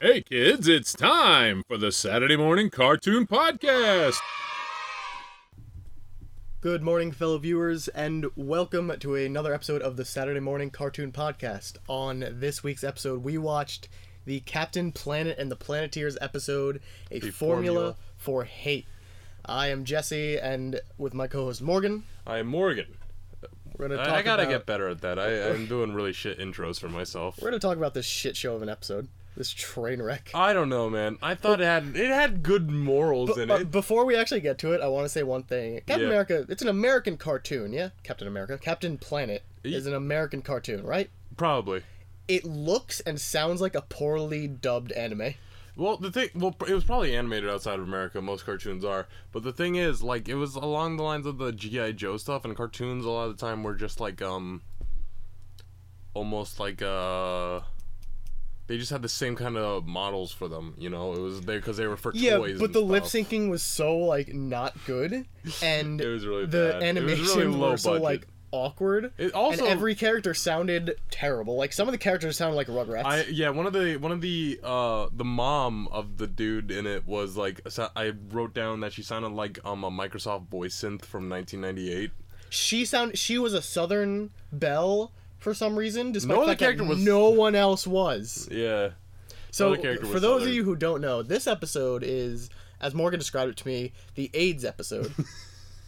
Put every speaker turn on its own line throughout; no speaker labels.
Hey kids, it's time for the Saturday Morning Cartoon Podcast.
Good morning, fellow viewers, and welcome to another episode of the Saturday Morning Cartoon Podcast. On this week's episode, we watched the Captain Planet and the Planeteers episode, A formula,
Formula.
for Hate. I am Jesse, and with my co host Morgan,
I am Morgan.
we're going to talk,
I, I gotta
about-
get better at that. I, I'm doing really shit intros for myself.
we're gonna talk about this shit show of an episode, this train wreck.
I don't know, man. I thought it had it had good morals in
But
Oh, it.
before we actually get to it, I want to say one thing. Captain
Yeah.
America, it's an American cartoon, yeah? Captain America. Captain Planet is an American cartoon, right?
Probably.
it looks and sounds like a poorly dubbed anime.
Well, the thing, well, it was probably animated outside of America. Most cartoons are, but the thing is, like, it was along the lines of the GI Joe stuff, and cartoons a lot of the time were just like, um, almost like uh, they just had the same kind of models for them. You know, it was there because they were for
Yeah,
toys.
but
and
the lip
stuff.
syncing was so like not good, and
It was really
the
bad. It was really
animations
low
were so
budget.
like awkward.
It also-
and every character sounded terrible. Like some of the characters sounded like Rugrats.
I yeah, one of the one of the uh the mom of the dude in it was like so- I wrote down that she sounded like um a Microsoft voice synth from 1998.
she sound she was a Southern belle for some reason, despite
No
the
other
fact that
character was-
no one else was.
Yeah.
So,
Another character
for
was
those of
Southern.
you who don't know, this episode is, as Morgan described it to me, the AIDS episode.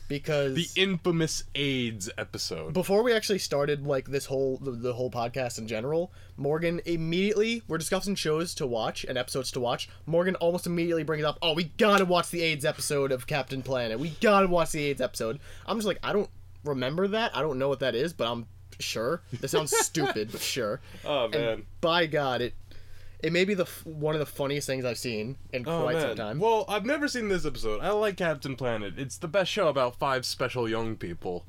because
The infamous AIDS episode.
before we actually started like this whole the, the whole podcast in general morgan immediately we're discussing shows to watch and episodes to watch morgan almost immediately brings up oh we gotta watch the aids episode of captain planet we gotta watch the aids episode i'm just like i don't remember that i don't know what that is but i'm sure that sounds stupid but sure
Oh
and by god it it may be the f- one of the funniest things i've seen in
Oh,
quite some
man.
time
Well, I've never seen this episode. I like Captain Planet. It's the best show about five special young people.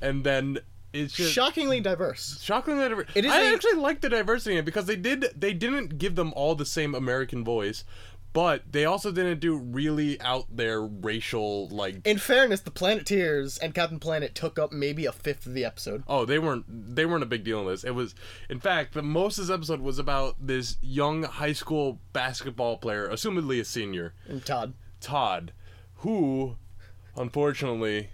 And then it's just
shockingly diverse
Shockingly diverse.
It is
I
a-
actually like the diversity in it because they did they didn't give them all the same American voice, but they also didn't do really out there racial like.
in fairness the planeteers and captain planet took up maybe a fifth of the episode
Oh, they weren't they weren't a big deal in this. It was, in fact, the most of this episode was about this young high school basketball player, assumedly a senior,
and Mm, todd
Todd, who, unfortunately,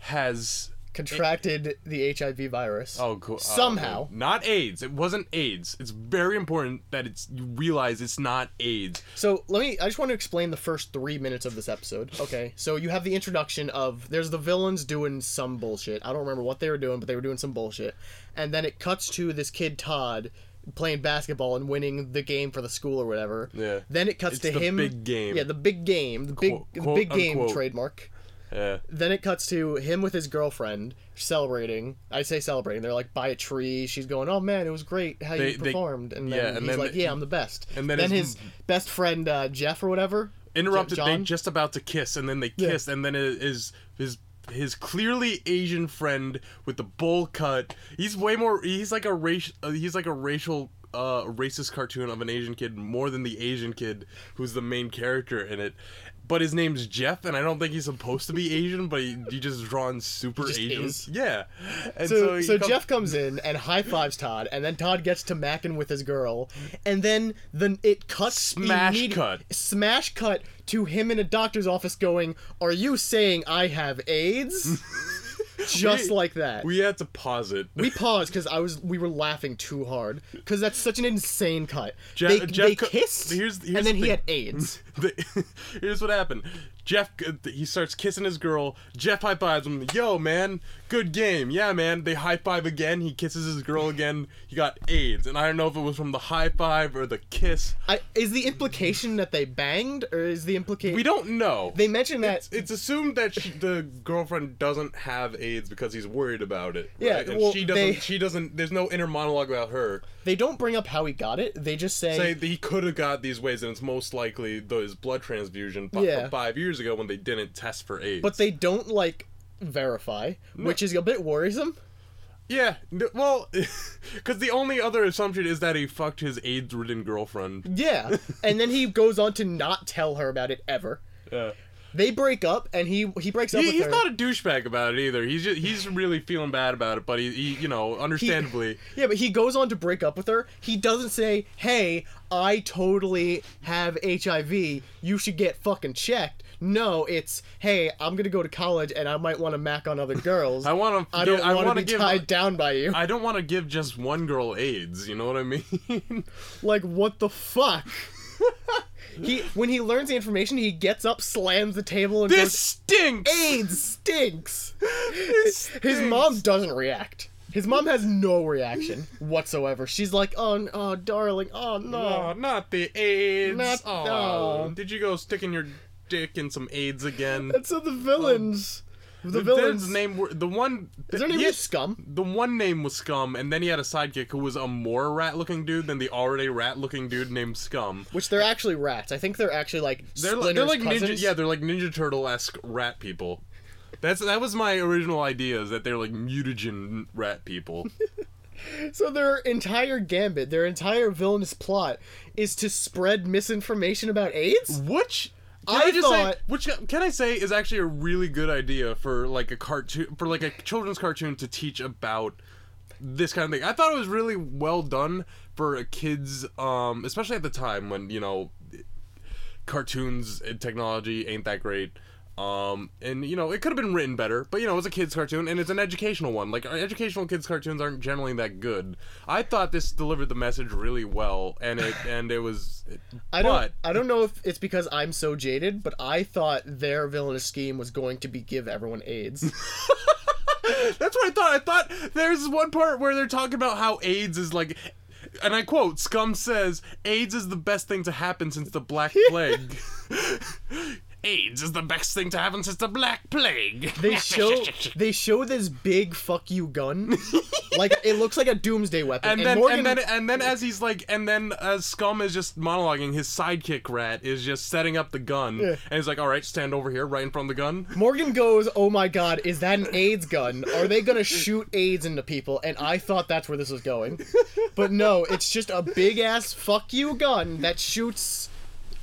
has
contracted the HIV virus.
Oh, cool.
Somehow.
not AIDS. It wasn't AIDS. It's very important that it's you realize it's not AIDS.
So let me. I just want to explain the first three minutes of this episode. Okay. So you have the introduction of there's the villains doing some bullshit. I don't remember what they were doing, but they were doing some bullshit. And then it cuts to this kid Todd playing basketball and winning the game for the school or whatever.
Yeah.
Then it cuts
It's
to
the
him.
big game.
Yeah, the big game. The big
Quote-
the big
quote,
game
unquote.
trademark.
Yeah.
Then it cuts to him with his girlfriend celebrating. I say celebrating. They're like by a tree. She's going, "Oh man, it was great how
They-
you
they-
performed." and then
yeah, and
he's
then
like,
the-
"Yeah, I'm the best."
and then
his,
his-
best friend uh, Jeff or whatever
interrupted.
J-
They
John?
just about to kiss, and then they kiss, and then it is his his clearly Asian friend with the bowl cut. He's way more. He's like a racial. Uh, he's like a racial. Uh, racist cartoon of an Asian kid more than the Asian kid who's the main character in it, but his name's Jeff, and I don't think he's supposed to be Asian, but he, he just drawn super
just
Asian.
is.
Yeah, and
So, so,
he comes-
Jeff comes in and high fives Todd, and then Todd gets to macking with his girl, and then the it cuts
Smash cut.
smash cut to him in a doctor's office going, "Are you saying I have AIDS?" just
We-
like that.
We had to pause it.
We paused because I was we were laughing too hard because that's such an insane cut.
Je-
they,
Jeff
they
co-
kissed,
here's- here's
and
the
then he
thing.
had AIDS.
The- here's what happened. Jeff, he starts kissing his girl. Jeff high fives him. Yo, man, good game. Yeah, man. They high five again. He kisses his girl again. He got AIDS, and I don't know if it was from the high five or the kiss.
I, is the implication that they banged, or is the implication
We don't know.
they mentioned that?
it's assumed that she, the girlfriend doesn't have AIDS because he's worried about it.
Yeah,
right? And
well,
she doesn't.
they-
She doesn't. There's no inner monologue about her.
they don't bring up how he got it. They just say,
Say that he could have got these ways, and it's most likely though his blood transfusion fi-
Yeah.
five years ago when they didn't test for AIDS.
but they don't like verify, which is a bit worrisome.
Yeah, n- well, because the only other assumption is that he fucked his AIDS-ridden girlfriend.
Yeah, and then he goes on to not tell her about it ever.
Yeah.
They break up, and he he breaks up
He,
with
he's
her.
not a douchebag about it either. He's just, he's really feeling bad about it, but he, he you know,
He-
understandably.
yeah, but he goes on to break up with her. He doesn't say, "Hey, I totally have HIV. You should get fucking checked." No, it's, "Hey, I'm gonna go to college, and I might want to mac on other girls.
I wanna
I
give-
don't
I
want to
wanna
be
give-
tied down by you."
I don't want to give just one girl AIDS. You know what I mean?
like, what the fuck? he when he learns the information, he gets up, slams the table, and
this
goes,
stinks.
AIDS stinks. His
stinks.
mom doesn't react. His mom has no reaction whatsoever. She's like, "Oh, n- oh, darling, oh
Oh,
no."
not the AIDS.
Not-
Aw.
no.
Did you go sticking your dick in some AIDS again?
And so the villains, the,
The
villains.
name were the one.
is their name
he
just
had-
Scum?
The one name was Scum, and then he had a sidekick who was a more rat-looking dude than the already rat-looking dude named Scum.
Which they're actually rats. I think they're actually like
They're like,
Splinter's
they're like ninja,
cousins.
yeah, they're like Ninja Turtle-esque rat people. That's that was my original idea is that they're like mutagen rat people.
So their entire gambit, their entire villainous plot, is to spread misinformation about AIDS.
Which
I
I, just
thought-
say, which can I say is actually a really good idea for like a cartoon for like a children's cartoon to teach about this kind of thing. I thought it was really well done for a kids, um, especially at the time when you know cartoons and technology ain't that great. Um, and you know it could have been written better, but you know it's a kids cartoon and it's an educational one. Like our educational kids cartoons aren't generally that good. I thought this delivered the message really well, and it and it was.
I don't.
but,
I don't know if it's because I'm so jaded, but I thought their villainous scheme was going to be give everyone AIDS.
That's what I thought. I thought there's one part where they're talking about how AIDS is like, and I quote, Scum says, AIDS is the best thing to happen since the Black Plague. AIDS is the best thing to happen since the Black Plague.
They show they show this big fuck you gun, like it looks like a doomsday weapon.
And
And,
then,
Morgan,
and then, and then, as he's like, and then as Scum is just monologuing, his sidekick rat is just setting up the gun, and he's like, "All right, stand over here, right in front of the gun."
Morgan goes, "Oh my god, is that an AIDS gun? Are they gonna shoot AIDS into people?" And I thought that's where this was going, but no, it's just a big ass fuck you gun that shoots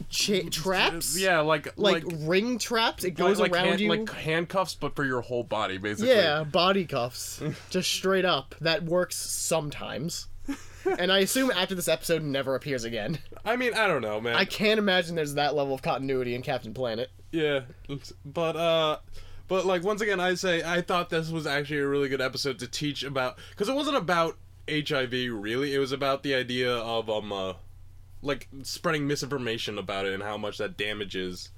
cha- traps.
Mm, Yeah, like,
like,
like,
ring traps. It goes
like,
around
hand-
you.
like handcuffs, but for your whole body, basically.
Yeah, body cuffs. Just straight up. That works sometimes. and I assume after this episode never appears again.
I mean, I don't know, man.
I can't imagine there's that level of continuity in Captain Planet.
Yeah, but uh, but like once again, I say I thought this was actually a really good episode to teach about because it wasn't about HIV really. It was about the idea of um, uh, like spreading misinformation about it and how much that damages,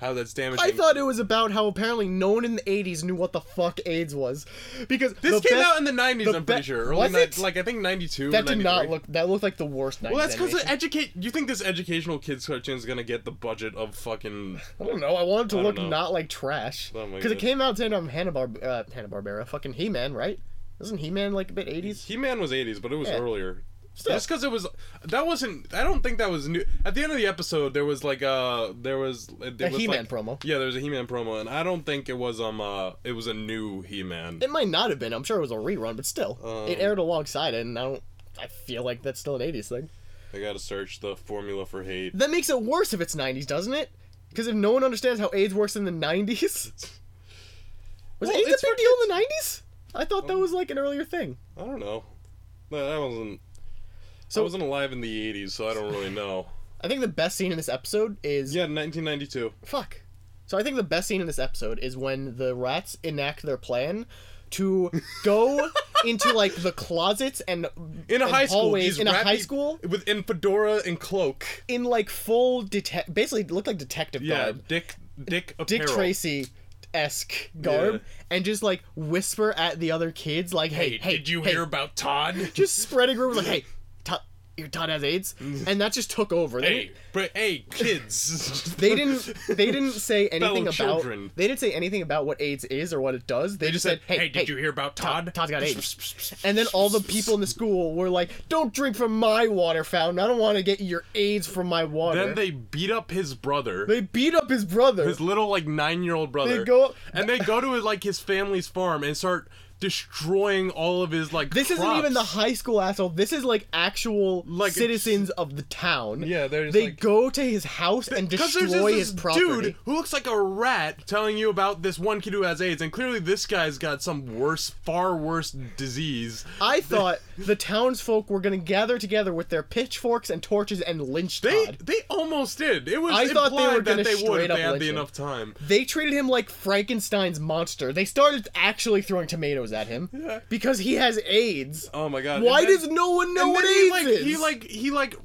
how that's damaging.
I thought it was about how apparently no one in the 80s knew what the fuck AIDS was. Because
this
the
came
best-
out in the nineties.
the
I'm
be-
pretty sure. Early
was
ni-
it?
Like I think ninety two.
That did not look that looked like the worst night.
Well, that's because educate. You think this educational kids cartoon is gonna get the budget of fucking
I don't know. I wanted to
I don't
look
know.
not like trash.
Oh my
Because it
God.
came out saying I'm Hanna Barb uh, Hanna Barbera, fucking He Man, right? Isn't He Man like a bit 80s?
He Man was eighties, but it was
Yeah.
earlier.
Still.
That's because it was that wasn't. I don't think that was new. At the end of the episode, there was like uh there was there
A
was
He-Man
like-
promo.
Yeah, there was a He Man promo, and I don't think it was um uh it was a new He Man.
It might not have been. I'm sure it was a rerun, but still,
Um,
it aired alongside it, and I don't. I feel like that's still an '80s thing.
I gotta search the formula for hate.
That makes it worse if it's '90s, doesn't it? Because if no one understands how AIDS works in the '90s, was
Well,
AIDS
it's Um,
a
for
big deal in the '90s? I thought that was like an earlier thing.
I don't know. No, I wasn't.
So-
I wasn't alive in the '80s, so I don't really know.
I think the best scene in this episode is
Yeah, 1992.
fuck. So I think the best scene in this episode is when the rats enact their plan to go into like the closets and
In a
and
high school,
hallways
these
in a
rat
high
peop-
school
with in fedora and cloak.
in like full detect basically looked like detective
Yeah,
guard.
Dick Dick
Dick
apparel.
Tracy esque garb and just like whisper at the other kids like, "Hey, hey,
Hey, did you
hey,"
hear about Todd?
Just spreading rumors like, "Hey, Todd, your Todd has AIDS,"
Mm.
and that just took over. They,
Hey, but hey, kids.
they didn't. They didn't say anything about.
children.
They didn't say anything about what AIDS is or what it does. They,
They
just said, "Hey,
did you hear about Todd?
Todd's got AIDS." And then all the people in the school were like, "Don't drink from my water fountain. I don't want to get your AIDS from my water."
Then they beat up his brother,
They beat up his brother.
his little like nine year old brother.
They go-
and they go to like his family's farm and start destroying all of his like.
This isn't even the
crops.
high school asshole. This is like actual
Like, it's-
citizens of the town.
Yeah, they're just
they
like-
go to his house and
Because there's
destroy
this,
his
this
property.
dude who looks like a rat telling you about this one kid who has AIDS, and clearly this guy's got some worse, far worse disease.
I thought the townsfolk were going to gather together with their pitchforks and torches and lynch
They
Todd.
they almost did. It was
I thought they were
implied
gonna
that they would
straight
if
up
they had
lynch
the
him.
enough time.
They treated him like Frankenstein's monster. They started actually throwing tomatoes at him because he has AIDS.
Oh my god!
Why
And then-
does no one know
and
what
then
AIDS
he like
is?
he like he like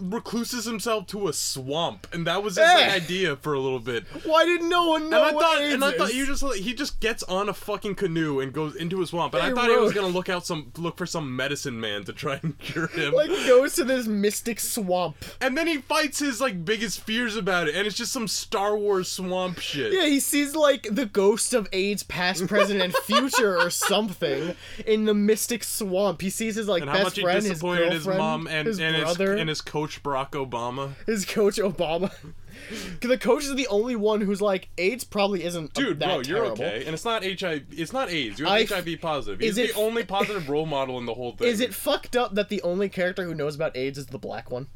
recluses himself to a swamp, and that was his
Eh.
like, idea for a little bit.
Why did no one know
And I
what
thought,
AIDS
and I thought
is?
you just like, he just gets on a fucking canoe and goes into a swamp. And
They
I thought he was
wrote-
gonna look out some look for some medicine man to try and cure him.
like goes to this mystic swamp.
and then he fights his like biggest fears about it, and it's just some Star Wars swamp shit.
Yeah, he sees like the ghosts of AIDS, past, present, and future, or something, in the mystic swamp. He sees his like
And how
best
much he
friend, his
disappointed
girlfriend,
his mom and
his
and, his,
brother,
and his coach Barack Obama.
his coach Obama. 'Cause the coach is the only one who's like AIDS probably isn't. a-
Dude,
Oh, that
bro, you're
terrible.
okay, and it's not HIV. It's not AIDS. You're
I-
HIV positive.
is
He's
it-
the only positive role model in the whole thing.
Is it fucked up that the only character who knows about AIDS is the black one?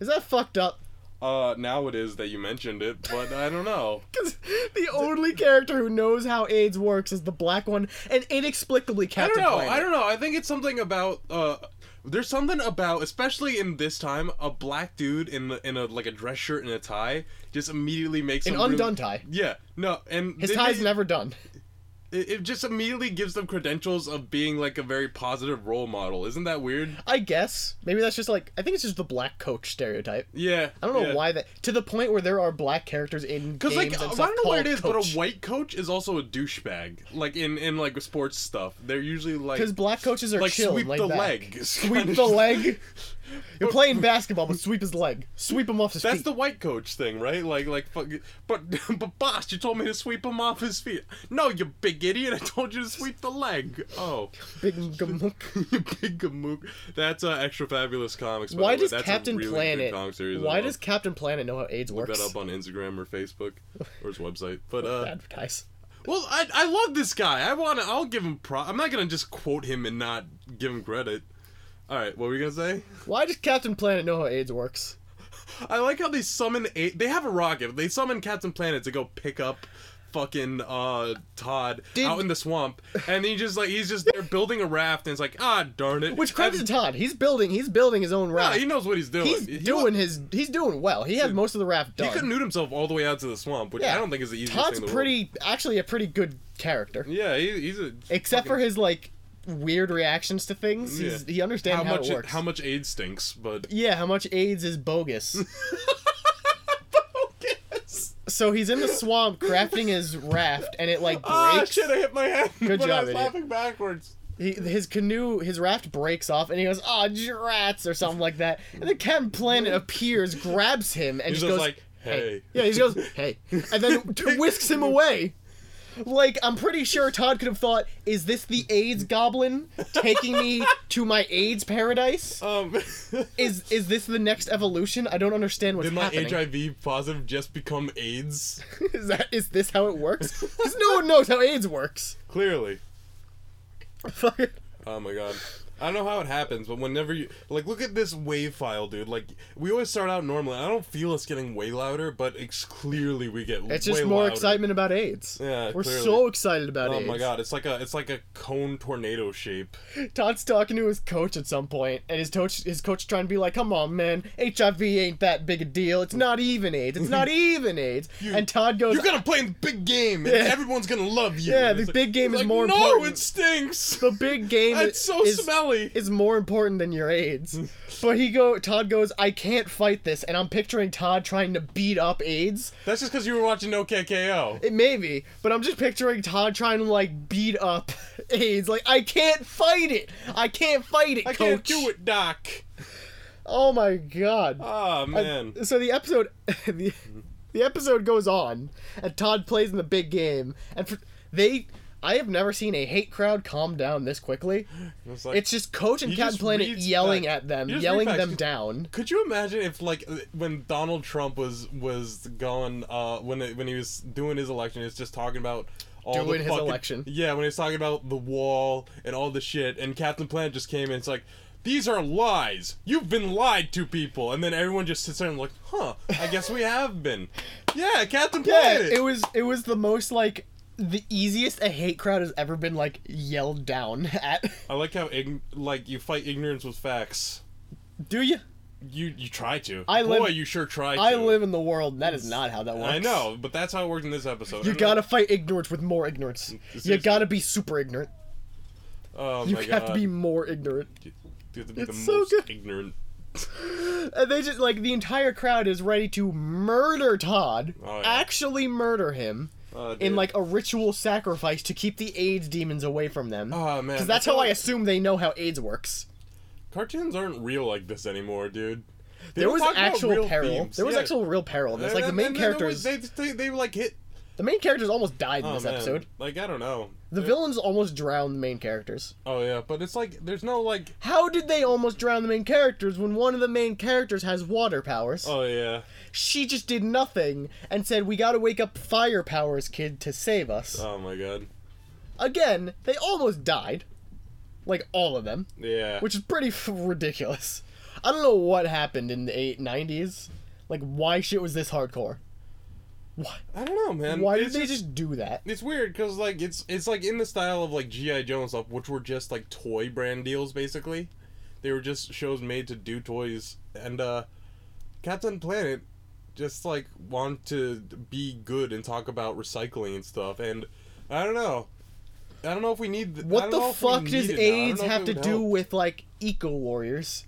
Is that fucked up?
Uh, now it is that you mentioned it, but I don't know.
Because the only character who knows how AIDS works is the black one, and inexplicably
I don't
Captain
know.
Planet.
I don't know. I think it's something about uh there's something about especially in this time a black dude in the, in a like a dress shirt and a tie just immediately makes
An
them really-
undone tie.
Yeah. No, and
His
they-
tie's
they-
never done.
it, it just immediately gives them credentials of being like a very positive role model. Isn't that weird?
I guess. Maybe that's just like I think it's just the black coach stereotype.
Yeah.
I don't know
yeah.
why that to the point where there are black characters in games
Cause like
and
I
stuff
don't know what it
called
is, but
coach.
a white coach is also a douchebag. Like in in like sports stuff, they're usually like
because black coaches are
like
chill,
sweep
laid
the
back.
leg,
sweep the leg. You're playing basketball, but sweep his leg, sweep him off his
That's
feet.
the white coach thing, right? Like, like, fuck. But, but, boss, you told me to sweep him off his feet. No, you big idiot! I told you to sweep the leg. Oh,
Big gamook.
you big gamook. That's uh, extra fabulous comics. By the
Why
way.
does
That's a
Captain
really good
Planet?
comic series. I
Why
love.
does Captain Planet know how AIDS
Look
works?
that up on Instagram or Facebook or his website? But uh,
Advertise.
well, I I love this guy. I want to. I'll give him pro. I'm not gonna just quote him and not give him credit. All right, what were you gonna say?
Why does Captain Planet know how AIDS works?
I like how they summon a they have a rocket. They summon Captain Planet to go pick up fucking uh Todd
Did-
out in the swamp. And he just like he's just they're building a raft and it's like, ah darn it.
Which
And-
credit to Todd. He's building. He's building his own
Nah,
raft.
he knows what he's doing.
he's
he,
doing his. He's doing well. He had most of the raft
He
done.
canoed himself all the way out to the swamp, which
Yeah.
I don't think is the easiest
Todd's
thing in the
pretty, actually, a pretty good character.
world. Yeah, he, he's a
Except for his like weird reactions to things, he's,
Yeah.
he understands
how
how,
much
it works.
how much aid stinks, but
yeah, how much AIDS is bogus.
yes.
so he's in the swamp crafting his raft, and it like breaks.
Ah shit, I hit my hand
Good
when
job,
I was
idiot.
laughing backwards.
He, his canoe, his raft breaks off, and he goes, "Ah, rats" or something like that. And then Captain Planet appears, grabs him, and
He's
just
just
goes
like, hey.
Yeah, he just goes, "Hey," and then t- whisks him away. Like I'm pretty sure Todd could have thought, "Is this the AIDS goblin taking me to my AIDS paradise?
Um
Is is this the next evolution? I don't understand what's
Did my
happening.
HIV positive just become AIDS?
is that is this how it works? Because no one knows how AIDS works.
Clearly.
Fuck it.
Oh my god. I don't know how it happens, but whenever you like, look at this wave file, dude. Like we always start out normally. I don't feel us getting way louder, but it's clearly we get.
It's just
way
more
louder.
excitement about AIDS.
Yeah,
we're
clearly.
so excited about
Oh
AIDS.
my god! It's like a it's like a cone tornado shape.
Todd's talking to his coach at some point, and his coach his coach trying to be like, "Come on, man, HIV ain't that big a deal. It's not even AIDS. It's not even AIDS." and Todd goes,
You're gonna play in the big game, and
Yeah.
everyone's gonna love you.
Yeah,
And
the
it's like-
big game
it's like,
is more
no,
important."
it stinks.
"The big game i-
It's so
is
smelly.
is more important than your AIDS." but he go Todd goes, "I can't fight this," and I'm picturing Todd trying to beat up AIDS.
That's just because you were watching OKKO.
It may be, but I'm just picturing Todd trying to like beat up AIDS. Like I can't fight it. I can't fight it,
I
coach.
can't do it, Doc.
Oh my god.
Ah man.
so the episode the, the episode goes on and todd plays in the big game and for, they i have never seen a hate crowd calm down this quickly
It's like-
it's just coach and
You
captain
just
planet
read
yelling
facts.
at them
You just
yelling
read facts.
them down
Could you imagine if like when uh, Donald Trump was was going uh when it, when he was doing his election, it's just talking about all the
Doing his
fucking-
election.
Yeah, when he's talking about the wall and all the shit, and Captain Planet just came in. It's like. These are lies. You've been lied to, people, and then everyone just sits there and like, huh? I guess we have been. Yeah, Captain
Yeah,
Planet.
it was it was the most like the easiest a hate crowd has ever been like yelled down at.
I like how ign- like you fight ignorance with facts.
Do you?
You you try to.
I live-
Boy, you sure try.
I
to.
live in the world. and That is not how that works.
I know, but that's how it worked in this episode.
You
And,
gotta fight ignorance with more ignorance. You
Seriously.
gotta be super ignorant.
Oh
You
my
have
God.
to be more ignorant.
You have to be
It's
the
so
most
good.
ignorant.
And Uh, they just like the entire crowd is ready to murder Todd,
Oh, yeah.
actually murder him
Oh,
in
dude.
like a ritual sacrifice to keep the AIDS demons away from them.
Oh man.
Because that's how I assume they know how AIDS works.
Cartoons aren't real like this anymore, dude. They
There
don't
was
talk about
actual
real
peril.
themes.
There was
Yeah.
actual real peril. in this. like the
And-
main
and then there was-
characters,
they, they, they like hit.
the main characters almost died in
Oh,
this
man.
episode.
Like I don't know.
The villains almost drowned the main characters.
Oh yeah, but it's like there's no like.
How did they almost drown the main characters when one of the main characters has water powers?
Oh yeah.
She just did nothing and said, "We gotta wake up fire powers, kid, to save us."
Oh my god.
Again, they almost died, like all of them,
Yeah.
which is pretty f- ridiculous. I don't know what happened in the eight nineties. Like, why shit was this hardcore?
I don't know, man.
Why did
It's
they just do that?
It's weird because like it's it's like in the style of like GI Joe and stuff, which were just like toy brand deals basically. They were just shows made to do toys, and uh Captain Planet just like want to be good and talk about recycling and stuff. And I don't know, I don't know if we need th- I
What
don't
the
know if we
fuck
need
does
it now. I don't
AIDS
know if
have
it
to
would
do
help.
with like eco warriors?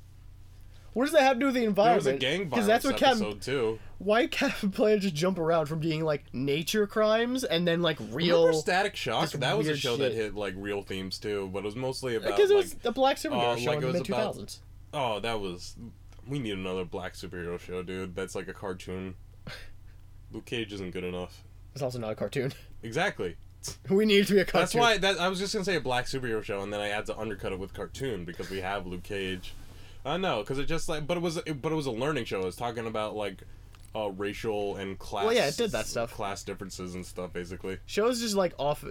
What does that have to do with the
There was
environment?
a gang violence
that's what Captain-
episode too.
Why Captain Planet just jump around from being like nature crimes and then like
Remember
real?
Static Shock?
just
That was a
weird
show that
shit.
hit like real themes too, but it was mostly about
Because it was
like
a black superhero
uh,
show
like
in
it
the
was
mid two
about-
thousands.
Oh, that was. We need another black superhero show, dude. That's like a cartoon. Luke Cage isn't good enough.
It's also not a cartoon.
Exactly.
we need it to be a cartoon.
That's why that I was just gonna say a black superhero show, and then I had to undercut it with cartoon because we have Luke Cage. I know, because it just like, but it was, it, but it was a learning show. It was talking about like, uh, racial and class.
yeah, it did that stuff.
Class differences and stuff, basically.
shows just like off.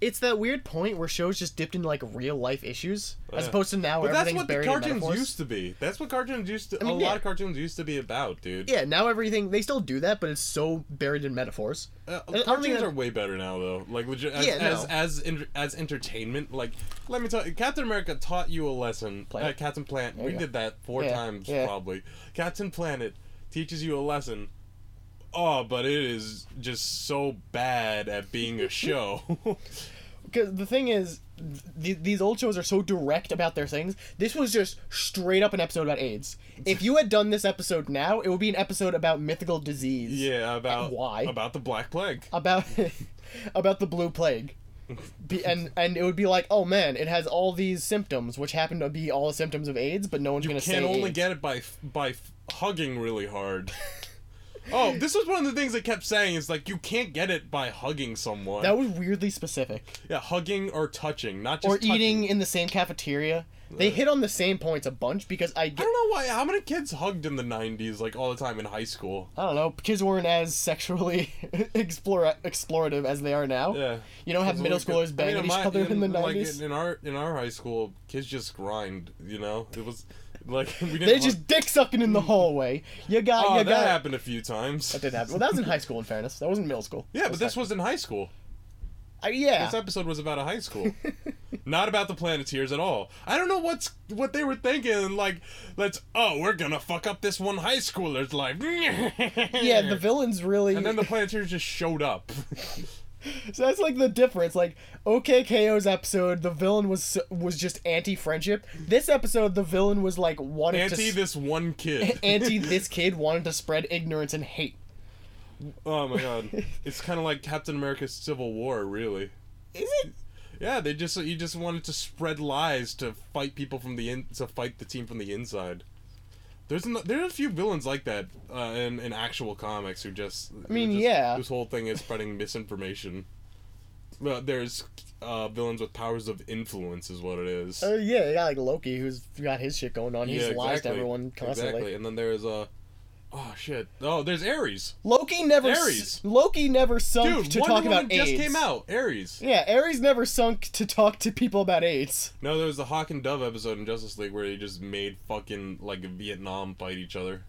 It's that weird point where shows just dipped into like real life issues as
Yeah.
opposed to now where
But that's
Oh, everything's
what the
buried in
cartoons
metaphors.
used to be. That's what cartoons used to.
mean,
a
yeah.
lot of cartoons used to be about, dude.
yeah, now everything they still do that, but it's so buried in metaphors.
Uh,
I don't think
cartoons
that-
are way better now, though. Like legit, as
Yeah, no.
as as, in, as entertainment. Like, let me tell you, Captain America taught you a lesson.
Planet.
Uh, Captain Planet.
you
We
go.
did that four
Yeah,
times
yeah.
probably. Captain Planet teaches you a lesson. Oh, but it is just so bad at being a show.
Because the thing is, th- these old shows are so direct about their things. This was just straight up an episode about AIDS. If you had done this episode now, it would be an episode about mythical disease.
yeah, about
Why?
about the Black Plague.
About about the blue plague. Be, and and it would be like, oh man, it has all these symptoms, which happen to be all the symptoms of AIDS, but no one's gonna say
Can only
AIDS.
get it by f- by f- hugging really hard. oh, this was one of the things they kept saying is like you can't get it by hugging someone.
That was weirdly specific.
Yeah, hugging or touching, not just
Or
touching.
eating in the same cafeteria. They hit on the same points a bunch because I
I
get,
don't know why. How many kids hugged in the '90s, like all the time in high school?
I don't know, kids weren't as sexually explora- explorative as they are now.
Yeah.
You don't have middle schoolers banging
I mean,
each
my-
other in the
like,
nineties.
in our in our high school, kids just grind. You know, it was like we didn't.
They're
hug-
just dick sucking in the hallway. You got,
Oh,
you
that
got.
happened a few times.
That did happen. Well, that was in high school. In fairness, that wasn't middle school.
yeah, but this
high-
was in high school.
I- yeah.
This episode was about a high school, not about the Planeteers at all. I don't know what's what they were thinking. Like, let's oh, we're gonna fuck up this one high schooler's life.
yeah, the villains really.
and then the Planeteers just showed up.
so that's like the difference. Like OKKO's episode, the villain was was just anti-friendship. This episode, the villain was like wanted
Anti
to
this one kid.
anti this kid wanted to spread ignorance and hate.
Oh my god. It's kind of like Captain America's Civil War, really.
Is it?
Yeah, they just you just wanted to spread lies to fight people from the in to fight the team from the inside. There's no, there's a few villains like that uh, in in actual comics who just I
mean, yeah.
this whole thing is spreading misinformation. Well, there's uh, villains with powers of influence is what it is.
Uh, yeah, yeah, like Loki, who's got his shit going on. He's
Yeah,
lies to everyone constantly.
Exactly. And then there's uh Oh shit! Oh, there's Aries.
Loki never s-
Aries.
Loki never sunk
Dude,
to
Wonder
talk
Woman
about
just
AIDS.
came out. Aries.
Yeah, Ares never sunk to talk to people about AIDS.
No, there was the Hawk and Dove episode in Justice League where they just made fucking like Vietnam fight each other,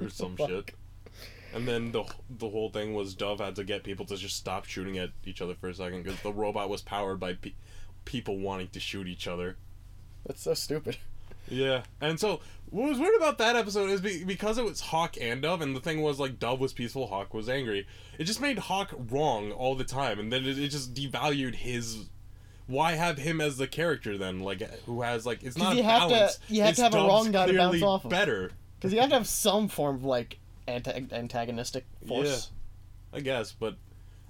or some
Fuck.
shit. And then the the whole thing was Dove had to get people to just stop shooting at each other for a second because the robot was powered by pe- people wanting to shoot each other.
That's so stupid.
Yeah, and so what was weird about that episode is be- because it was Hawk and Dove, and the thing was like Dove was peaceful, Hawk was angry. It just made Hawk wrong all the time, and then it, it just devalued his. Why have him as the character then? Like who has like it's not
you
a
have to-
balance.
you have to
It's
have a
Dove's
wrong guy to bounce
clearly
off of.
Better,
Because you have to have some form of like anti- antagonistic force.
I guess, but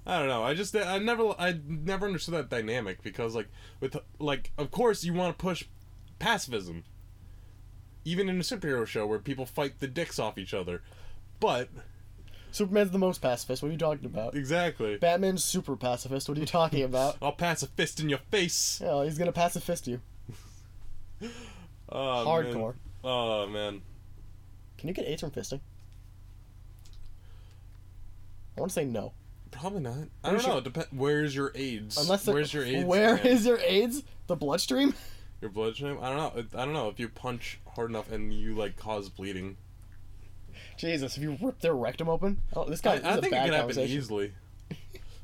I don't know. I just I never I never understood that dynamic because like with like of course you want to push pacifism, even in a superhero show where people fight the dicks off each other, but
Superman's the most pacifist. What are you talking about?
exactly.
Batman's super pacifist. What are you talking about?
I'll pass a fist in your face.
oh, he's gonna pacifist you.
Oh, Man.
Hardcore.
Oh man.
Can you get AIDS from fisting? I want to say no.
Probably not. I
Where's
don't know. It Dep- where's your AIDS?
Unless
where's your AIDS?
Where
man?
is your AIDS? The bloodstream?
your bloodstream? I don't know. It- I don't know if you punch hard enough and you like cause bleeding.
Jesus, if you rip their rectum open, oh, this guy.
I,
This
I
is
think
a
it
bad
could happen
conversation.
easily.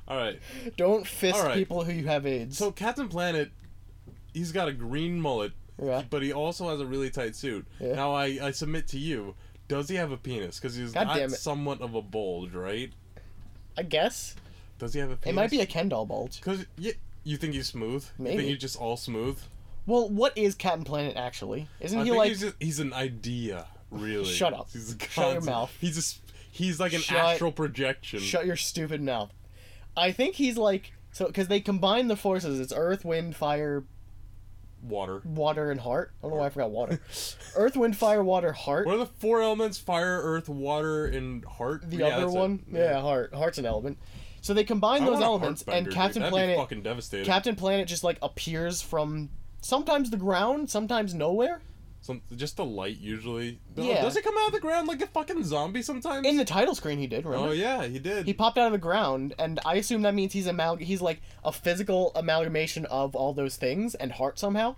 All right.
Don't fist
All right.
people who you have AIDS.
So Captain Planet, he's got a green mullet,
Yeah.
but he also has a really tight suit.
Yeah.
Now I, I submit to you, does he have a penis? Because he's
God
got
damn it.
somewhat of a bulge, right?
I guess
Does he have a penis?
it might be a Ken doll bulge.
Cause you, you think he's smooth? You
Maybe.
think he's just all smooth?
Well, what is Captain Planet actually? Isn't
I
he
think
like?
he's, just, he's an idea, really.
Shut up.
He's a
Shut your
concept.
mouth.
He's just he's like an
Shut-
astral projection.
Shut your stupid mouth. I think he's like so because they combine the forces. It's Earth, Wind, Fire,
Water.
Water, and Heart. I don't know why I forgot Water. Earth, Wind, Fire, Water, Heart.
What are the four elements? Fire, earth, water, and heart.
the
Yeah,
other
that's it.
one, yeah. Heart. Heart's an element. So they combine
I
those
want a
elements,
heartbender,
and
dude.
Captain
That'd be
Planet
fucking devastating.
Captain Planet just like appears from sometimes the ground, sometimes nowhere.
Some, just the light usually.
Yeah.
Does it come out of the ground like a fucking zombie sometimes?
In the title screen, he did. Remember?
oh yeah, he did.
He popped out of the ground, and I assume that means he's amal- He's like a physical amalgamation of all those things and heart somehow.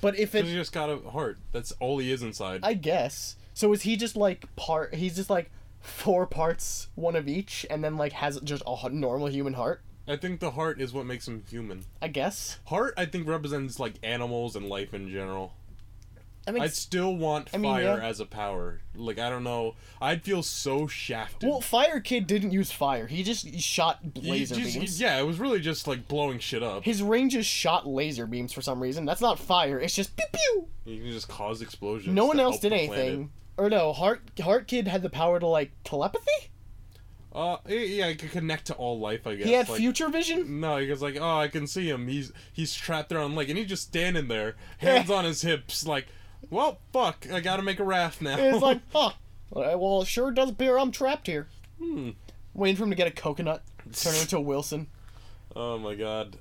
But if
'Cause he
it,
just got a heart. That's all he is inside.
I guess. So is he just like part? He's just like four parts, one of each, and then like has just a hu- normal human heart.
I think the heart is what makes him human.
I guess.
Heart, I think, represents like animals and life in general.
I mean,
I'd still want
mean,
fire
yeah.
as a power. Like I don't know, I'd feel so shafted.
well, Fire Kid didn't use fire. He just he shot
He
laser
just-
beams.
Yeah, it was really just like blowing shit up.
His ranges shot laser beams for some reason. That's not fire. It's just pew pew.
You can just cause explosions.
No one
to
else
help
did
the
anything. Or no, Heart Heart Kid had the power to like telepathy.
planet. Uh, yeah, I could connect to all life. I guess.
He had
like,
future vision.
No, he goes like, oh, I can see him. He's he's trapped there on like, and he's just standing there, hands on his hips, like, well, fuck, I gotta make a raft now.
It's like, huh. Alright, Well, it sure does appear I'm trapped here. Hmm. Waiting for him to get a coconut, turn him into a Wilson.
oh my god.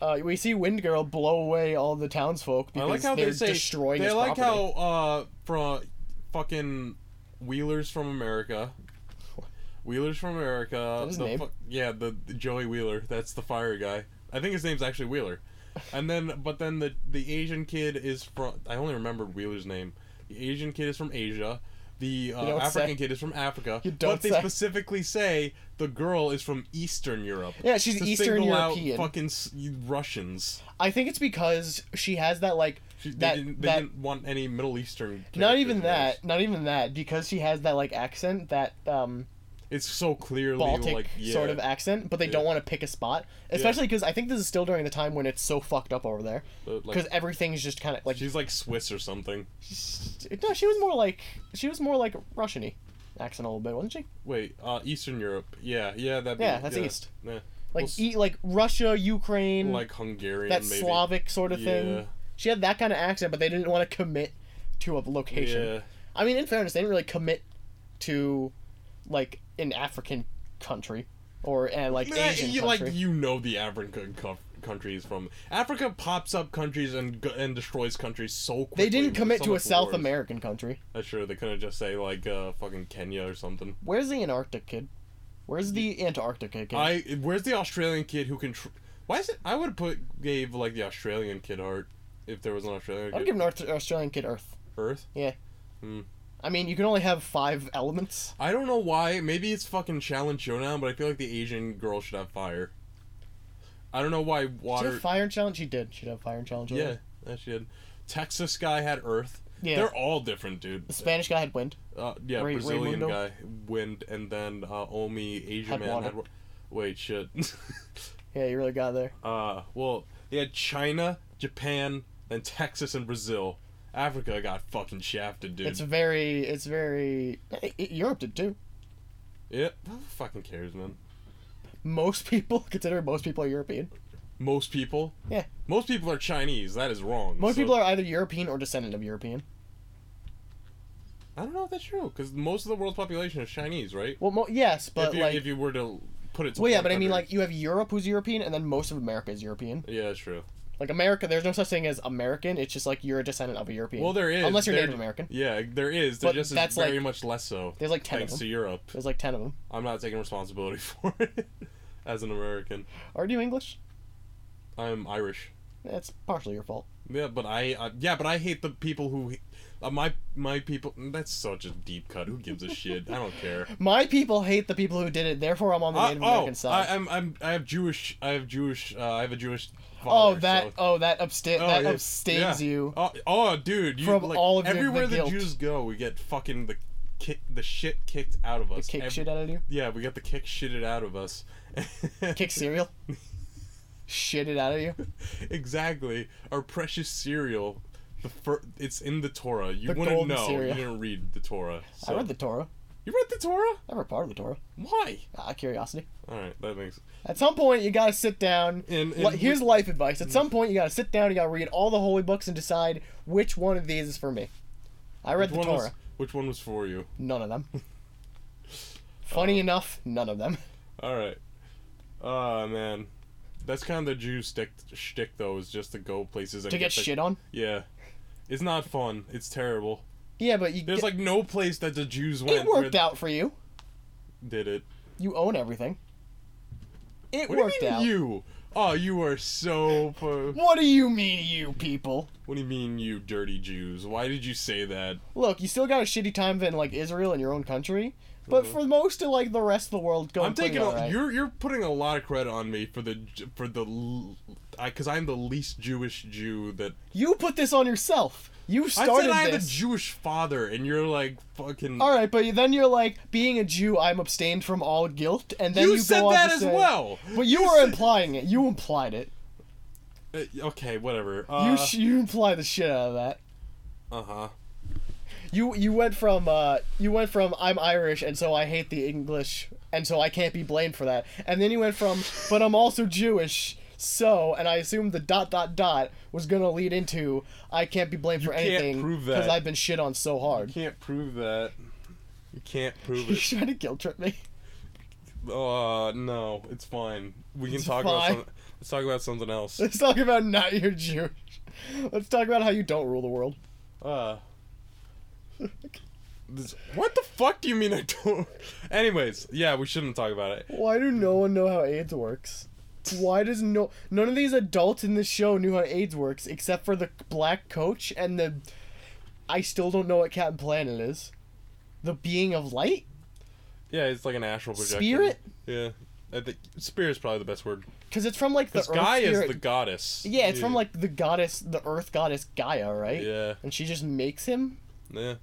Uh, we see Wind Girl blow away all the townsfolk
I
because
like how
they're
they say
destroying
they
his
like
property.
how uh from fucking Wheelers from America. Wheelers from America.
his
the
name?
fu- yeah, the, the Joey Wheeler. That's the fire guy. I think his name's actually Wheeler. And then, but then the the Asian kid is from. I only remember Wheeler's name. The Asian kid is from Asia. The uh,
don't
African
say.
kid is from Africa.
You don't
but they
say.
specifically say the girl is from Eastern Europe.
Yeah, she's
to
Eastern
single
European.
Out fucking s- Russians.
I think it's because she has that like
She, they,
that
didn't, they
that
didn't want any Middle Eastern.
not
characters
even
in
that
this.
not even that because she has that like accent that um
It's so clearly
Baltic
like yeah.
sort of accent, but they don't want to pick a spot, especially because I think this is still during the time when it's so fucked up over there,
But, like-
because everything's just kind of like.
She's like Swiss or something.
No, she was more like she was more like Russian-y accent a little bit, wasn't she?
Wait, uh, Eastern Europe. Yeah, yeah, that.
Yeah, that's East.
Yeah.
Like
Well, s-
e, like Russia, Ukraine,
like Hungarian.
that
maybe.
Slavic sort of
Yeah.
thing. She had that kind of accent, but they didn't want to commit to a location.
Yeah.
I mean, in fairness, they didn't really commit to like an African country or uh, like
Yeah,
Asian
you,
country.
like you know the African co- countries from Africa pops up countries and go- and destroys countries so quickly.
They didn't
with
commit
so
to a
much
South
wars.
American country.
Uh, sure, they could have just say like uh, fucking Kenya or something.
Where's the Antarctic kid? Where's the Antarctic kid?
I where's the Australian kid who can? Tr- Why is it? I would put gave like the Australian kid art if there was an Australian
I'd
kid.
give an Arth- Australian kid Earth.
Earth. Hmm.
I mean, you can only have five elements.
I don't know why. Maybe it's fucking challenge showdown, but I feel like the Asian girl should have fire. I don't know why
Did she
water.
have fire and challenge? She did. She'd have fire and challenge. on
yeah,
it.
that she did. Texas guy had Earth.
Yeah.
They're all different, dude.
The Spanish guy had wind.
Uh, yeah,
Ray-
Brazilian
Raimundo?
guy, wind, and then uh, Omi, Asian
Had
man.
water.
Had, wa- wait, shit.
Yeah, you really got there.
uh, well, they had China, Japan, then Texas and Brazil. Africa got fucking shafted, dude.
It's very, it's very. eh, eh, Europe did too.
yeah, who fucking cares, man?
Most people consider most people are European.
Most people.
Yeah.
Most people are Chinese. That is wrong.
Most
So-
people are either European or descendant of European.
I don't know if that's true because most of the world's population is Chinese, right?
Well, mo- yes, but
if you,
like,
if you were to put it. To
well, yeah,
one
but I mean, like,
country-
you have Europe who's European, and then most of America is European.
Yeah, that's true.
Like America, there's no such thing as American. It's just like you're a descendant of a European.
Well, there is.
unless you're
There-
Native American.
Yeah, there is. There
But
just is
that's,
very
like-
much less so.
There's like ten
Thanks
of
to
them.
Europe,
There's like ten of them.
I'm not taking responsibility for it as an American.
Are you English?
I'm Irish.
That's partially your fault.
Yeah, but I uh, yeah, but I hate the people who uh, my my people. That's such a deep cut. Who gives a shit? I don't care.
My people hate the people who did it. Therefore, I'm on the
Uh,
Native
oh,
American
I,
side.
I'm I'm I have Jewish. I have Jewish. Uh, I have a Jewish.
oh,
Father,
that
so-
oh that upsta-
Oh,
that
yeah.
upstages
Yeah.
you.
Oh, oh, dude, you,
From
like,
all of your- the
everywhere the,
guilt.
Jews go, we get fucking the kick, the shit kicked out of us.
Kick
Ev-
shit out of you.
Yeah, we got the kick shitted out of us.
Kick cereal. shit it out of you.
exactly, our precious cereal. The fir- it's in the Torah. You
The
wouldn't
golden
know. You
cereal.
didn't read the Torah. So.
I read the Torah.
You read the Torah?
I read part of the Torah.
Why?
Ah, curiosity.
All right, that makes.
At some point, you gotta sit down.
And- Mm.
Li-
and
here's life advice. At some point, you gotta sit down. You gotta read all the holy books and decide which one of these is for me. I read the
one
Torah.
was, which one was for you?
None of them.
Uh,
Funny enough, none of them.
All right. Oh man, that's kind of the Jew stick shtick though, is just to go places and
To get
the-
shit on.
Yeah. It's not fun. It's terrible.
Yeah, but you
There's
get-
like no place that the Jews went.
it worked
where-
out for you.
Did it?
You own everything. It
What
worked
do you mean
out.
you? Oh, you are so. Fu-
What do you mean, you people?
what do you mean, you dirty Jews? Why did you say that?
Look, you still got a shitty time in like Israel and your own country, but for most of like the rest of the world, going
Mm-hmm. I'm taking. A,
pretty all right.
You're you're putting a lot of credit on me for the for the, l- I because I'm the least Jewish Jew that.
You put this on yourself. You
I said
started
I have a
this. Uh,
Jewish father, and you're like fucking.
all right, but then you're like, being a Jew, I'm abstained from all guilt, and then
you,
you,
said
go on
that
to
as
say-
well.
But you, were implying it. You implied it.
Uh, okay, whatever.
You
Uh uh-huh.
sh- you imply the shit out of that.
huh.
You you went from uh you went from I'm Irish and so I hate the English and so I can't be blamed for that. And then you went from but I'm also Jewish. So, and I assumed the dot dot dot was gonna lead into I can't be blamed for
can't
anything
prove
because
that.
I've been shit on so hard.
Can't prove that. You can't prove
He's
it.
trying to guilt trip me.
Uh, no, it's fine. We can
It's
talk
fine.
about some, let's talk about something else.
Let's talk about not you're Jewish. Let's talk about how you don't rule the world.
Uh, this, what the fuck do you mean I don't? Anyways, yeah, we shouldn't talk about it.
Why do no one know how AIDS works? Why does no none of these adults in this show knew how AIDS works except for the black coach and the I still don't know what Captain Planet is. The being of light?
Yeah, it's like an astral projection.
Spirit?
Yeah, I think spirit's probably the best word.
Cuz it's from like the
This
earth
guy is
spirit-
the goddess.
Yeah, it's from like the goddess, the earth goddess Gaia, right?
Yeah,
And she just makes him
yeah.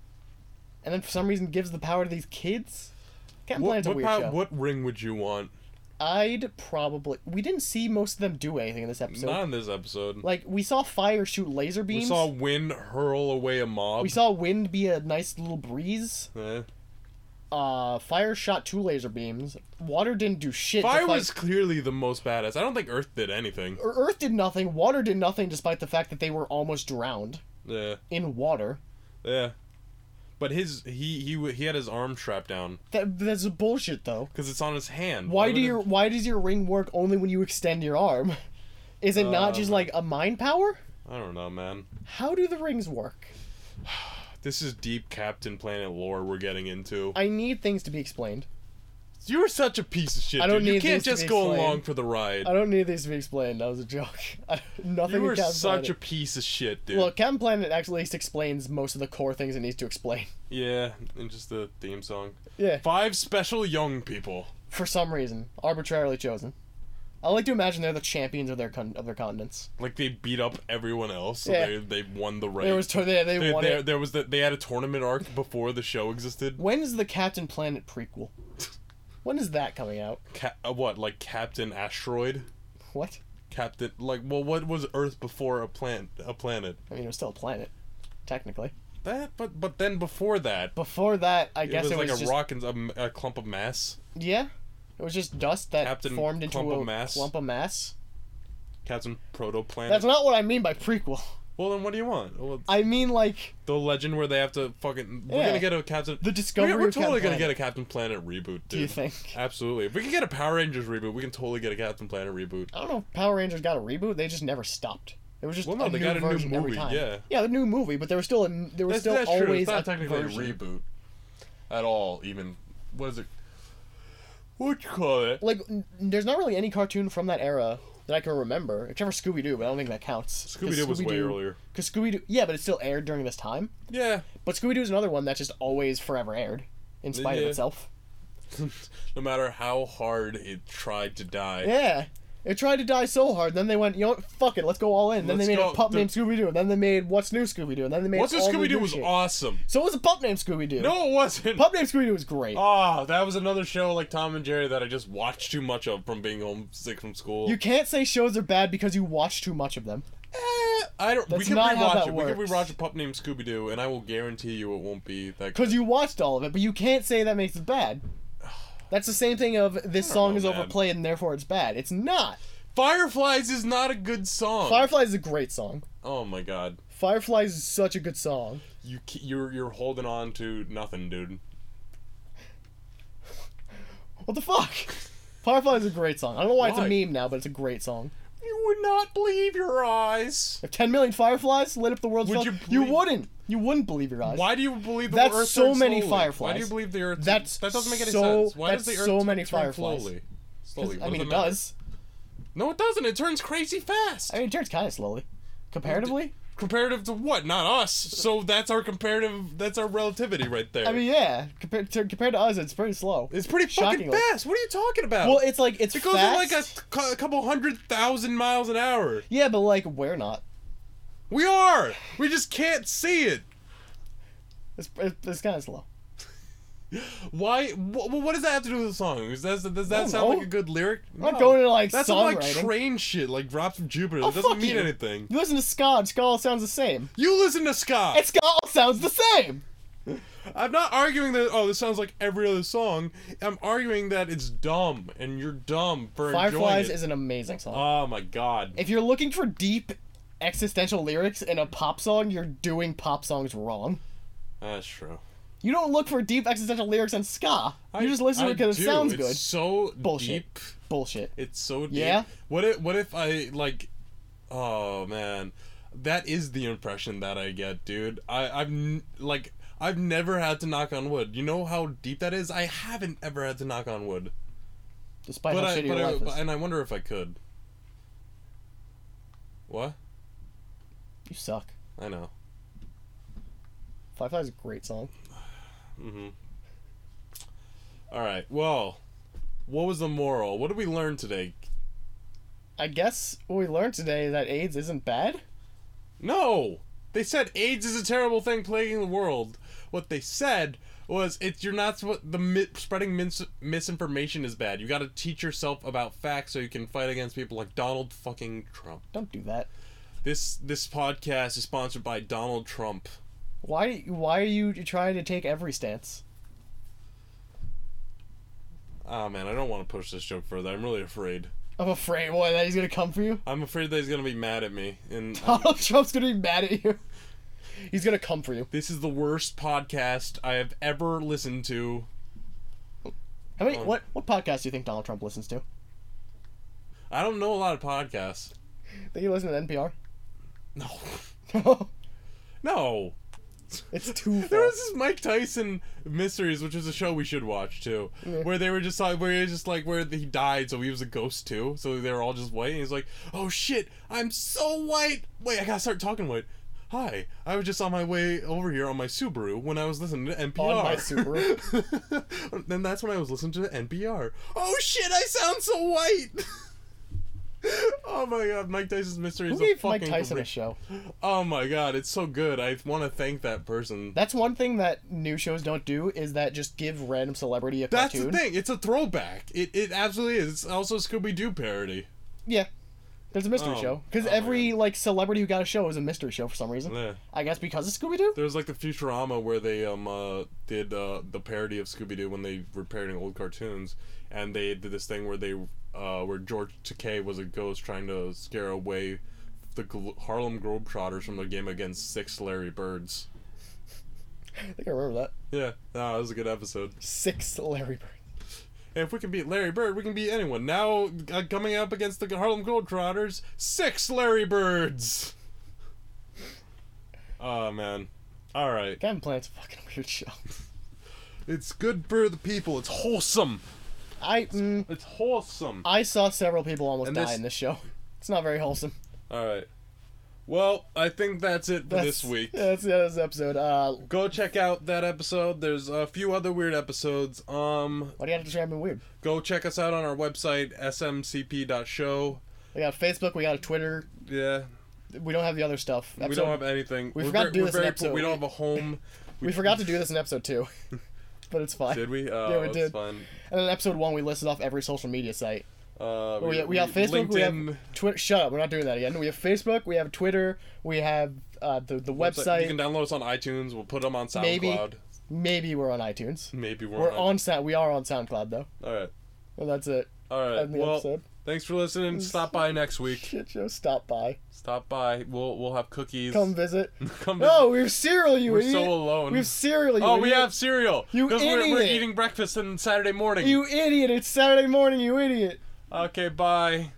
and then for some reason gives the power to these kids. Captain
What
Planet's a
what,
weird
pow-
show.
what ring would you want?
I'd probably We didn't see most of them do anything in this episode.
Not in this episode.
like we saw fire shoot laser
we
beams.
saw wind hurl away a mob.
We saw wind be a nice little breeze.
Yeah.
Uh, fire shot two laser beams. Water didn't do shit.
Fire
despite-
was clearly the most badass. I don't think Earth did anything.
Or Earth did nothing. Water did nothing, despite the fact that they were almost drowned
Yeah,
in water.
yeah. But his he he w- he had his arm strapped down
That that's bullshit, though.
because it's on his hand.
Why
would
do
it-
your Why does your ring work only when you extend your arm? Is it not
Uh.
just like a mind power?
I don't know, man.
How do the rings work?
This is deep Captain Planet lore we're getting into.
I need things to be explained.
You're such a piece of shit.
I don't
dude. you
need
can't
these to
just
be
go
explained.
along for the ride.
I don't need these to be explained. That was a joke. I, nothing.
You
in
are
Captain
such a
Planet.
piece of shit, dude.
Well, Captain Planet actually at least explains most of the core things it needs to explain.
Yeah, and just the theme song.
Yeah,
Five special young people.
for some reason, arbitrarily chosen. I like to imagine they're the champions of their con- of their continents.
Like they beat up everyone else. So
Yeah.
they they won the race.
There was to- they, they,
They-
won
there,
it.
there was the, they had a tournament arc before the show existed.
When is the Captain Planet prequel? When is that coming out?
Ca- uh, what like Captain Asteroid?
What?
Captain like well, what was Earth before a plant a planet?
I mean, it was still a planet, technically.
That but but then before that,
Before that, I
it
guess
was
it was
like a
just
rock and a, a clump of mass.
yeah, it was just dust that
Captain
formed into
Clump
a
of Mass.
clump of mass.
Captain Protoplanet.
That's not what I mean by prequel.
well, then what do you want? Well,
I mean like
the legend where they have to fucking we're
Yeah.
gonna get a Captain.
the
We're-
discovery.
we're,
of Captain
totally gonna
Planet.
get a Captain Planet reboot, dude.
Do you think?
Absolutely. If we can get a Power Rangers reboot, we can totally get a Captain Planet reboot.
I don't know if Power Rangers got a reboot. They just never stopped. It was just
Well, no,
a
they
new
got a new
version every
movie,
time.
yeah.
yeah, the new movie, but there was still a there
That's,
was still
that's
always
true. It's not
a
technically
version.
a reboot at all. Even what is it? What you call it?
Like, n- there's not really any cartoon from that era that I can remember, except for Scooby Doo, but I don't think that counts.
Scooby Doo was way earlier.
Because Scooby Doo, yeah, but it still aired during this time.
Yeah.
But Scooby Doo is another one that just always forever aired, in spite
Yeah.
of itself.
No matter how hard it tried to die.
Yeah. It tried to die so hard, then they went, you know what, fuck it, let's go all in. Then
Let's
they made
go.
a pup
The-
named Scooby Doo, and then they made What's New Scooby Doo, and then they made
What's
all new
Scooby Doo
new
was
shit.
awesome.
So it was a pup named Scooby Doo.
No, it wasn't.
Pup named Scooby Doo was great.
Ah, that was another show like Tom and Jerry that I just watched too much of from being homesick from school.
you can't say shows are bad because you watch too much of them.
Eh, I don't. we
That's
can
not
rewatch
how that
it. We
works.
can rewatch a pup named Scooby Doo, and I will guarantee you it won't be that.
Because
good.
you watched all of it, but you can't say that makes it bad. That's the same thing of this
don't
song
know,
is
man.
overplayed and therefore it's bad. It's not.
Fireflies is not a good song.
Fireflies is a great song.
oh my god,
Fireflies is such a good song.
you ke- you're you're holding on to nothing, dude.
What the fuck? Fireflies is a great song. I don't know why, it's
Why?
a meme now, but it's a great song.
You would not believe your eyes.
If 10 million fireflies lit up the world's
Would
fel-
you
you,
believe-
wouldn't. You wouldn't believe your eyes.
Why do you believe the
That's
Earth
so
turns
many
slowly? Why do you
fireflies.
believe the Earth?
That's
that doesn't make any
so-
sense. Why does
that's
the Earth
so
t-
many
turn
fireflies.
slowly? Slowly.
I
What
mean, it
matter?
does.
No, it doesn't. It turns crazy fast.
I mean, it turns kind of slowly. Comparatively?
Comparative to what? Not us. So that's our comparative. That's our relativity right there.
I mean, yeah. Compared to, compared to us, it's pretty slow.
it's pretty fucking
shockingly.
fast. What are you talking about?
well, it's like, it's
It goes at
fast.
like a, cou- a couple hundred thousand miles an hour.
Yeah, but like, we're not.
We are. We just can't see it.
It's, it's, it's kind of slow.
Why? Wh- wh- what does that have to do with the song? Is that, does
I
that
don't
sound
know.
like a good lyric?
I'm not going to like
That's some like
songwriting.
train shit, like drops from Jupiter.
Oh,
It doesn't
fuck
mean
you.
anything.
you listen to ska, and ska all sounds the same.
You listen to Scott.
And ska all sounds the same.
I'm not arguing that. Oh, this sounds like every other song. I'm arguing that it's dumb, and you're dumb for
Fireflies
enjoying it.
is an amazing song.
Oh my god.
if you're looking for deep existential lyrics in a pop song, you're doing pop songs wrong.
That's true.
You don't look for deep existential lyrics in ska. You just listen to
I
it because it
do.
sounds
It's
good.
So
Bullshit.
deep.
Bullshit.
It's so deep.
Yeah?
What if what if I like oh man. That is the impression that I get, dude. I I've n- like I've never had to knock on wood. You know how deep that is? I haven't ever had to knock on wood.
Despite
But
how
I
shitty
but,
your
I,
life
but-
is.
and I wonder if I could. What?
You suck.
I know.
Five Flies is a great song.
Mhm. All right. Well, what was the moral? What did we learn today?
I guess what we learned today is that AIDS isn't bad.
No! They said AIDS is a terrible thing plaguing the world. What they said was it's you're not suppo- the mi- spreading mis- misinformation is bad. You got to teach yourself about facts so you can fight against people like Donald fucking Trump.
Don't do that.
This this podcast is sponsored by Donald Trump.
Why why are you trying to take every stance?
Ah man, I don't want to push this joke further. I'm really afraid.
I'm afraid boy that he's gonna come for you.
I'm afraid that he's gonna be mad at me. And I'm-
Donald Trump's gonna be mad at you. He's gonna come for you.
this is the worst podcast I have ever listened to.
How many what what podcast do you think Donald Trump listens to?
I don't know a lot of podcasts.
Think you listen to NPR?
No.
No,
No.
it's too.
There
Far.
was this Mike Tyson Mysteries, which is a show we should watch too, where they were just like, where he just like, where he died, so he was a ghost too. So they were all just white, and he's like, oh shit, I'm so white. Wait, I gotta start talking white. Hi, I was just on my way over here on my Subaru when I was listening to NPR.
On my Subaru.
then that's when I was listening to the NPR. Oh shit, I sound so white. oh my god, Mike Tyson's Mystery
Who
is a
gave
fucking.
Mike Tyson a
great-
show?
Oh my god, it's so good. I want to thank that person.
That's one thing that new shows don't do is that just give random celebrity a
That's
cartoon.
the thing. It's a throwback. It it absolutely is. It's also a Scooby Doo parody.
Yeah. There's a mystery
Oh.
show because
Oh my
every like celebrity who got a show is a mystery show for some reason.
Yeah.
I guess because of Scooby Doo.
There was like the Futurama where they um uh, did uh, the parody of Scooby Doo when they were parodying old cartoons, and they did this thing where they uh, where George Takei was a ghost trying to scare away the Glo- Harlem Globetrotters from their game against six Larry Birds.
I think I remember that.
Yeah, nah, that was a good episode.
Six Larry Bird.
And if we can beat Larry Bird, we can beat anyone. Now uh, coming up against the Harlem Globetrotters, six Larry Birds. Oh man. All right.
Kevin Plant's a fucking weird show.
It's good for the people. It's wholesome.
I mm,
It's wholesome.
I saw several people almost
And
die
this-
in this show. It's not very wholesome.
All right. Well, I think that's it for
That's,
this week.
yeah, that's the end of this episode. Uh,
Go check out that episode. There's a few other weird episodes. Um,
why do you have to try and be weird?
go check us out on our website smcp.show.
We got Facebook. We got a Twitter.
Yeah,
We don't have the other stuff.
we
Episode-
don't have anything.
We forgot to do
we're
this in
very
episode.
poor. We don't have a home.
we forgot to do this in episode two, but it's fine.
Did we? Uh,
Yeah, we
that's
did.
Fine.
And in episode one, we listed off every social media site.
Uh,
We, we, have Facebook, we have Twitter. Shut up, we're not doing that again. We have Facebook, we have Twitter, we have uh, the the
You
website.
can download us on iTunes. We'll put them on SoundCloud.
Maybe.
Maybe,
Maybe we're on iTunes.
we're,
We're on Sound. We are on SoundCloud though.
All right.
And that's it.
All right.
End the
Well,
episode.
thanks for listening. Stop by next week.
Shit show. Stop by.
Stop by. We'll we'll have cookies.
Come visit.
Come
No, we have cereal. You
We're
idiot.
so alone.
We have cereal. You
Oh,
idiot.
we have cereal.
You
Because we're, we're
idiot.
eating breakfast on Saturday morning.
You idiot! It's Saturday morning. You idiot.
Okay, bye.